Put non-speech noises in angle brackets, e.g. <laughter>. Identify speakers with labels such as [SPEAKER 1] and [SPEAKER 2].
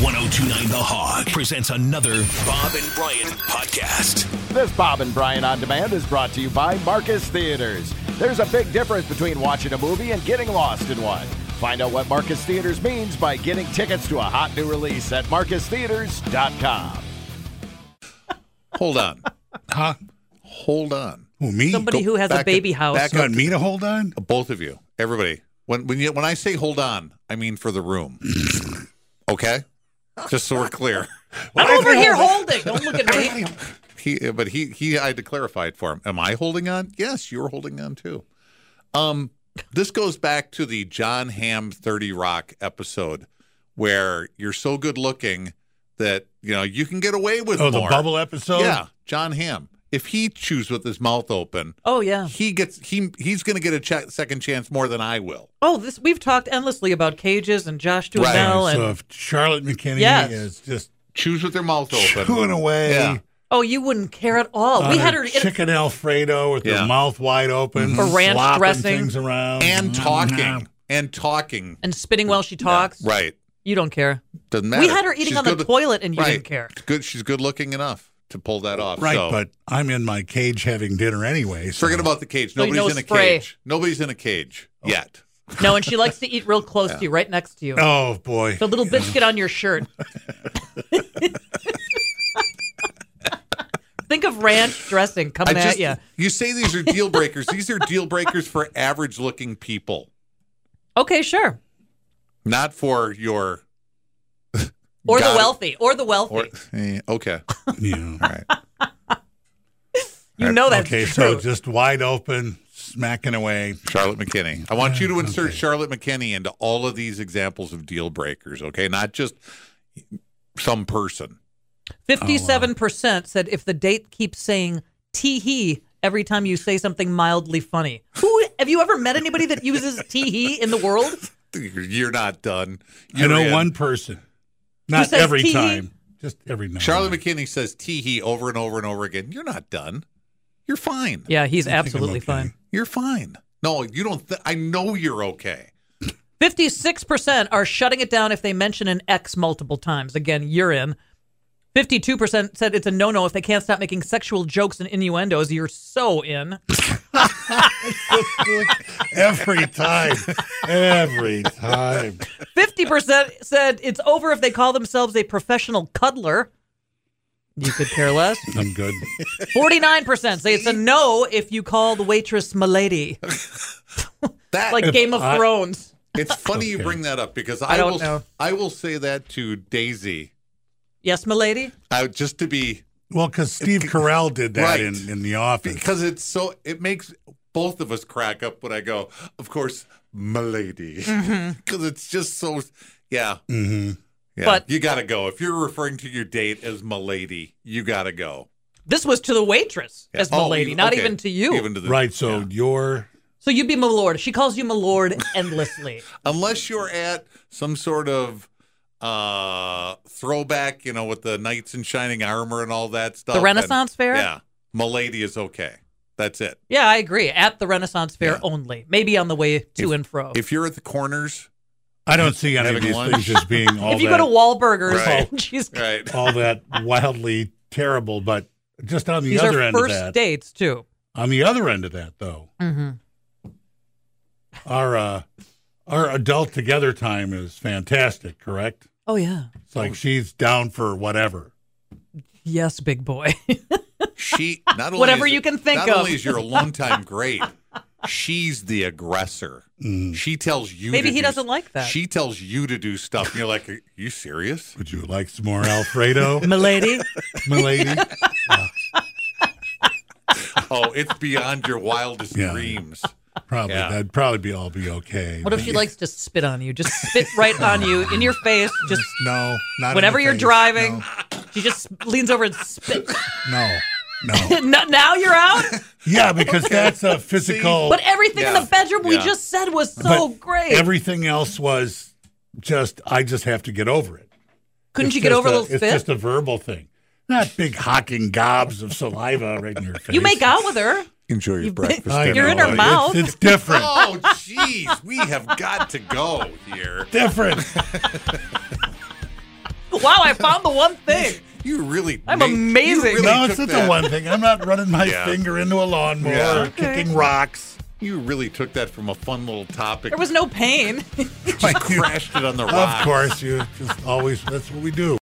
[SPEAKER 1] 1029 The Hog presents another Bob and Brian podcast.
[SPEAKER 2] This Bob and Brian on Demand is brought to you by Marcus Theaters. There's a big difference between watching a movie and getting lost in one. Find out what Marcus Theaters means by getting tickets to a hot new release at marcustheaters.com.
[SPEAKER 3] Hold on.
[SPEAKER 4] Huh?
[SPEAKER 3] Hold on.
[SPEAKER 4] Who me?
[SPEAKER 5] Somebody who has a
[SPEAKER 3] back
[SPEAKER 5] baby
[SPEAKER 3] up-
[SPEAKER 5] house.
[SPEAKER 3] back
[SPEAKER 4] you want me to hold on?
[SPEAKER 3] Both of you. Everybody. When when you when I say hold on, I mean for the room. okay? Just so we're clear. <laughs>
[SPEAKER 5] I'm over here holding. Don't look at me.
[SPEAKER 3] He but he he I had to clarify it for him. Am I holding on? Yes, you're holding on too. Um this goes back to the John Hamm 30 Rock episode where you're so good looking that you know you can get away with
[SPEAKER 4] Oh, the
[SPEAKER 3] more.
[SPEAKER 4] bubble episode.
[SPEAKER 3] Yeah, John Hamm. If he chews with his mouth open,
[SPEAKER 5] Oh yeah.
[SPEAKER 3] he gets he he's going to get a ch- second chance more than I will.
[SPEAKER 5] Oh, this we've talked endlessly about cages and Josh Duhamel
[SPEAKER 3] Right.
[SPEAKER 5] and
[SPEAKER 4] So if Charlotte McKinney
[SPEAKER 5] Yes.
[SPEAKER 4] is just
[SPEAKER 3] Chews with their mouth open.
[SPEAKER 4] chewing away.
[SPEAKER 3] Yeah.
[SPEAKER 5] oh, you wouldn't care at all.
[SPEAKER 4] on
[SPEAKER 5] we
[SPEAKER 4] her
[SPEAKER 5] had her in-
[SPEAKER 4] chicken Alfredo with
[SPEAKER 3] Yeah.
[SPEAKER 4] her mouth wide open,
[SPEAKER 5] Or ranch
[SPEAKER 4] slopping
[SPEAKER 5] dressing.
[SPEAKER 4] things around,
[SPEAKER 3] and talking
[SPEAKER 4] Mhm.
[SPEAKER 3] and talking.
[SPEAKER 5] and spitting while she talks.
[SPEAKER 3] Right.
[SPEAKER 5] You don't care.
[SPEAKER 3] Doesn't matter.
[SPEAKER 5] We had her eating
[SPEAKER 3] She's
[SPEAKER 5] on the
[SPEAKER 3] good-
[SPEAKER 5] toilet and you
[SPEAKER 3] right.
[SPEAKER 5] didn't care.
[SPEAKER 3] Good. She's good looking enough to pull that off.
[SPEAKER 4] Right,
[SPEAKER 3] so-
[SPEAKER 4] but I'm in my cage having dinner anyway. So.
[SPEAKER 3] forget about the cage.
[SPEAKER 5] So you
[SPEAKER 3] Nobody's
[SPEAKER 5] know
[SPEAKER 3] in a
[SPEAKER 5] spray.
[SPEAKER 3] cage. Nobody's in a cage yet.
[SPEAKER 5] No, and she likes to eat real close to you, right next to you.
[SPEAKER 4] Oh boy,
[SPEAKER 5] The little biscuit on your shirt. Think of ranch dressing coming at you.
[SPEAKER 3] you say these are deal breakers. these are deal breakers for average looking people,
[SPEAKER 5] Okay, sure.
[SPEAKER 3] not for your
[SPEAKER 5] Or
[SPEAKER 3] Got
[SPEAKER 5] the
[SPEAKER 3] it.
[SPEAKER 5] wealthy. Or the wealthy.
[SPEAKER 3] or eh, okay.
[SPEAKER 4] <laughs> yeah.
[SPEAKER 3] All right.
[SPEAKER 5] you know that's
[SPEAKER 4] okay,
[SPEAKER 5] true.
[SPEAKER 4] so just wide open, smacking away.
[SPEAKER 3] Charlotte McKinney. I want you to insert Charlotte McKinney into all of these examples of deal breakers, okay? Not just some person.
[SPEAKER 5] Fifty-seven percent said if the date keeps saying "tee hee" every time you say something mildly funny. Who have you ever met anybody that uses "tee hee" in the world?
[SPEAKER 3] You're not done.
[SPEAKER 4] You
[SPEAKER 3] You're
[SPEAKER 4] know,
[SPEAKER 3] in.
[SPEAKER 4] one person, not
[SPEAKER 5] says
[SPEAKER 4] every
[SPEAKER 5] tee?
[SPEAKER 4] time, just every now.
[SPEAKER 3] Charlotte
[SPEAKER 4] and
[SPEAKER 3] McKinney says tee hee over and over and over again. You're not done. You're fine.
[SPEAKER 5] Yeah, he's
[SPEAKER 4] then. I think I'm
[SPEAKER 5] absolutely
[SPEAKER 4] okay.
[SPEAKER 5] fine.
[SPEAKER 3] You're fine. No, you don't. Th- I know you're okay.
[SPEAKER 5] Fifty-six percent are shutting it down if they mention an ex multiple times. Again, you're in. Fifty-two percent said it's a no-no if they can't stop making sexual jokes and innuendos. You're so in.
[SPEAKER 4] <laughs> every time, every time.
[SPEAKER 5] Fifty percent said it's over if they call themselves a professional cuddler. You could care less.
[SPEAKER 4] I'm good.
[SPEAKER 5] Forty-nine percent say it's a no if you call the waitress "milady,"
[SPEAKER 3] That
[SPEAKER 5] like Game of
[SPEAKER 4] I-
[SPEAKER 5] Thrones.
[SPEAKER 3] it's funny you
[SPEAKER 4] <laughs> Okay.
[SPEAKER 3] bring that up because I,
[SPEAKER 5] don't
[SPEAKER 3] will.
[SPEAKER 5] know.
[SPEAKER 3] I will say that to Daisy.
[SPEAKER 5] Yes, "milady."
[SPEAKER 3] I, just to be
[SPEAKER 4] <laughs> Well, because Steve Carell did that
[SPEAKER 3] Right.
[SPEAKER 4] in, in the office.
[SPEAKER 3] because it's so it makes both of us crack up when I go, of course, milady, because
[SPEAKER 5] Mm-hmm.
[SPEAKER 3] <laughs> it's just so yeah.
[SPEAKER 4] hmm
[SPEAKER 3] yeah.
[SPEAKER 5] But-
[SPEAKER 3] you gotta go if you're referring to your date as milady. You gotta go
[SPEAKER 5] This was to the waitress as
[SPEAKER 3] Oh,
[SPEAKER 5] "milady,"
[SPEAKER 3] you-
[SPEAKER 5] not
[SPEAKER 3] okay.
[SPEAKER 5] even to you.
[SPEAKER 3] even to the,
[SPEAKER 4] Right. So you're
[SPEAKER 5] so you'd be "milord." She calls you "milord" endlessly.
[SPEAKER 3] unless you're at some sort of uh throwback, you know, with the knights in shining armor and all that stuff.
[SPEAKER 5] The
[SPEAKER 3] and-
[SPEAKER 5] Renaissance Fair?
[SPEAKER 3] yeah, milady is okay. That's it.
[SPEAKER 5] yeah, I agree. At the Renaissance Fair
[SPEAKER 3] Yeah.
[SPEAKER 5] only, maybe on the way to and fro. If,
[SPEAKER 3] If you're at the corners,
[SPEAKER 4] I don't see any of
[SPEAKER 3] Having
[SPEAKER 4] these
[SPEAKER 3] lunch.
[SPEAKER 4] things as
[SPEAKER 5] <laughs>
[SPEAKER 4] being all
[SPEAKER 5] you
[SPEAKER 4] that,
[SPEAKER 5] go to Wahlburgers,
[SPEAKER 3] Right.
[SPEAKER 5] <laughs> she's
[SPEAKER 3] right?
[SPEAKER 4] <laughs> all that wildly terrible, but just on the
[SPEAKER 5] these
[SPEAKER 4] other
[SPEAKER 5] are
[SPEAKER 4] end of
[SPEAKER 5] first
[SPEAKER 4] that.
[SPEAKER 5] dates too.
[SPEAKER 4] On the other end of that though,
[SPEAKER 5] Mm-hmm.
[SPEAKER 4] our uh our adult together time is fantastic, correct?
[SPEAKER 5] Oh yeah,
[SPEAKER 4] It's like she's down for whatever.
[SPEAKER 5] yes, big boy.
[SPEAKER 3] She
[SPEAKER 5] <laughs>
[SPEAKER 3] not only
[SPEAKER 5] Whatever
[SPEAKER 3] is-
[SPEAKER 5] you can think
[SPEAKER 3] not
[SPEAKER 5] of.
[SPEAKER 3] only is your alone
[SPEAKER 5] <laughs>
[SPEAKER 3] time great, she's the aggressor.
[SPEAKER 4] Mm.
[SPEAKER 3] She tells you.
[SPEAKER 5] Maybe
[SPEAKER 3] to
[SPEAKER 5] he
[SPEAKER 3] do-
[SPEAKER 5] doesn't like that.
[SPEAKER 3] She tells you to do stuff, and you're like, "Are you serious?"
[SPEAKER 4] Would you like some more
[SPEAKER 5] <laughs>
[SPEAKER 4] Alfredo,
[SPEAKER 5] "Milady."
[SPEAKER 4] milady?
[SPEAKER 3] Oh, it's beyond your wildest
[SPEAKER 4] Yeah.
[SPEAKER 3] dreams.
[SPEAKER 4] Probably
[SPEAKER 3] Yeah.
[SPEAKER 4] that'd probably be all be okay.
[SPEAKER 5] What if
[SPEAKER 4] <laughs> but
[SPEAKER 5] she likes to spit on you? Just spit right on you in your face. Just
[SPEAKER 4] no, not in
[SPEAKER 5] whenever
[SPEAKER 4] the
[SPEAKER 5] you're
[SPEAKER 4] face.
[SPEAKER 5] driving, she just leans over and spits. <laughs>
[SPEAKER 4] No, no, no.
[SPEAKER 5] N- now you're out.
[SPEAKER 4] Yeah, because that's a physical.
[SPEAKER 5] But everything in
[SPEAKER 3] Yeah.
[SPEAKER 5] the bedroom we
[SPEAKER 3] Yeah.
[SPEAKER 5] just said was
[SPEAKER 4] but
[SPEAKER 5] so great.
[SPEAKER 4] Everything else was just. I just have to get over it.
[SPEAKER 5] Couldn't
[SPEAKER 4] It's
[SPEAKER 5] you get
[SPEAKER 4] just
[SPEAKER 5] over a little
[SPEAKER 4] It's
[SPEAKER 5] fit?
[SPEAKER 4] just a verbal thing, not big hocking gobs of saliva right in your face.
[SPEAKER 5] <laughs> you make out with her.
[SPEAKER 3] Enjoy your breakfast.
[SPEAKER 5] <laughs>
[SPEAKER 4] I
[SPEAKER 5] You're in her
[SPEAKER 4] it's-
[SPEAKER 5] mouth.
[SPEAKER 4] It's, different.
[SPEAKER 3] Oh,
[SPEAKER 5] <laughs>
[SPEAKER 3] jeez, we have got to go here.
[SPEAKER 4] different.
[SPEAKER 5] wow, I found the one thing.
[SPEAKER 3] You really.
[SPEAKER 5] I'm
[SPEAKER 3] made- you
[SPEAKER 5] amazing.
[SPEAKER 3] really
[SPEAKER 4] No, it's
[SPEAKER 3] took
[SPEAKER 4] not the
[SPEAKER 3] that-
[SPEAKER 4] one thing. I'm not running my
[SPEAKER 3] Yeah.
[SPEAKER 4] finger into a lawnmower
[SPEAKER 3] Yeah.
[SPEAKER 4] or kicking rocks.
[SPEAKER 3] You really took that from a fun little topic.
[SPEAKER 5] There was no pain. <laughs>
[SPEAKER 3] You crashed it on the
[SPEAKER 4] Of
[SPEAKER 3] rock.
[SPEAKER 4] course, you just always, that's what we do.